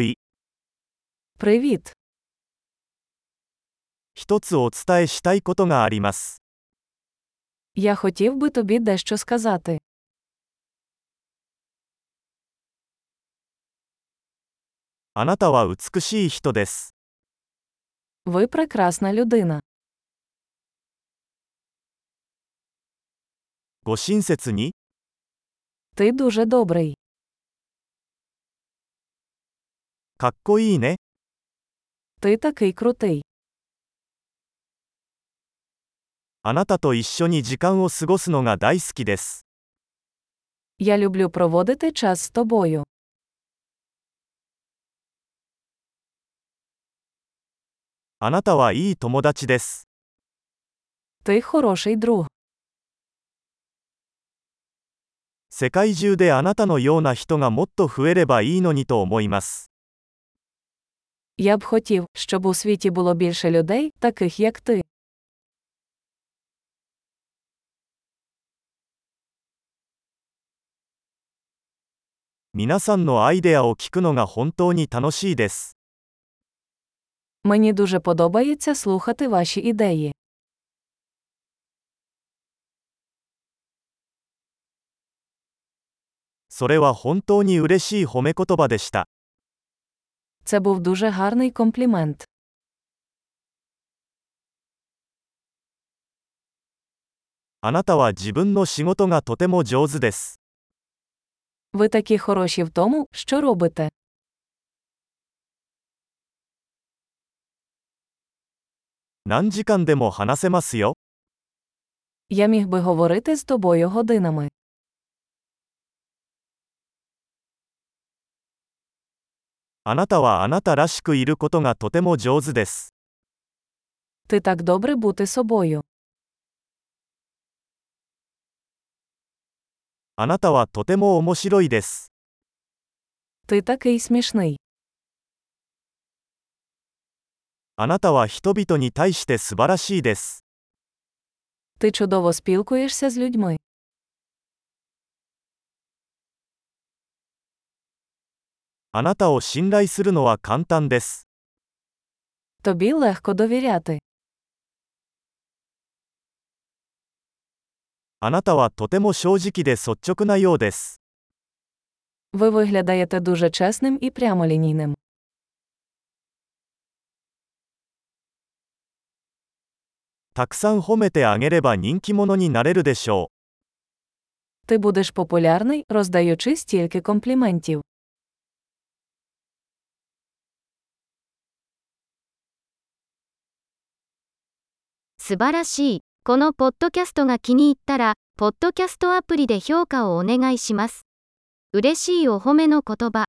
い、 Привіт. 一つお伝えしたいことがあります。 Я хотів би тобі дещо сказати. あなたは美しい人です。 Ви прекрасна людина. ご親切に、 Ти дуже добрий. かっこいいね。 Ти такий крутий. あなたと一緒に時間を過ごすのが大好きです。 Я люблю проводити час з тобою. あなたはいい友達です。 Ти хороший друг. 世界中であなたのような人がもっと増えればいいのにと思います。 Я б хотів, щоб у світі було більше людей, таких як ти. 皆さんのアイデアを聞くのが本当に楽しいです。 Мені дуже подобається слухати ваші ідеї. それは本当に嬉しい褒め言葉でした。 Це був дуже гарний комплімент. あなたは自分の仕事がとても上手です。 Ви такі хороші в тому, що робите. 何時間でも話せますよ。 Я міг би говорити з тобою годинами. あなたはあなたらしくいることがとても上手です。 Ти так добре бути собою. あなたはとても面白いです。 Ти такий смішний. あなたは人々に対して素晴らしいです。 Ти чудово спілкуєшся з людьми. あなたを信頼するのは簡単です。 Тобі легко довіряти. あなたはとても正直で率直なようです。 Ви виглядаєте дуже чесним і прямолінійним. たくさん褒めてあげれば人気者になれるでしょう。 Ти будеш популярний, роздаючи стільки компліментів. 「素晴らしい」このポッドキャストが気に入ったらポッドキャストアプリで評価をお願いします嬉しいお褒めの言葉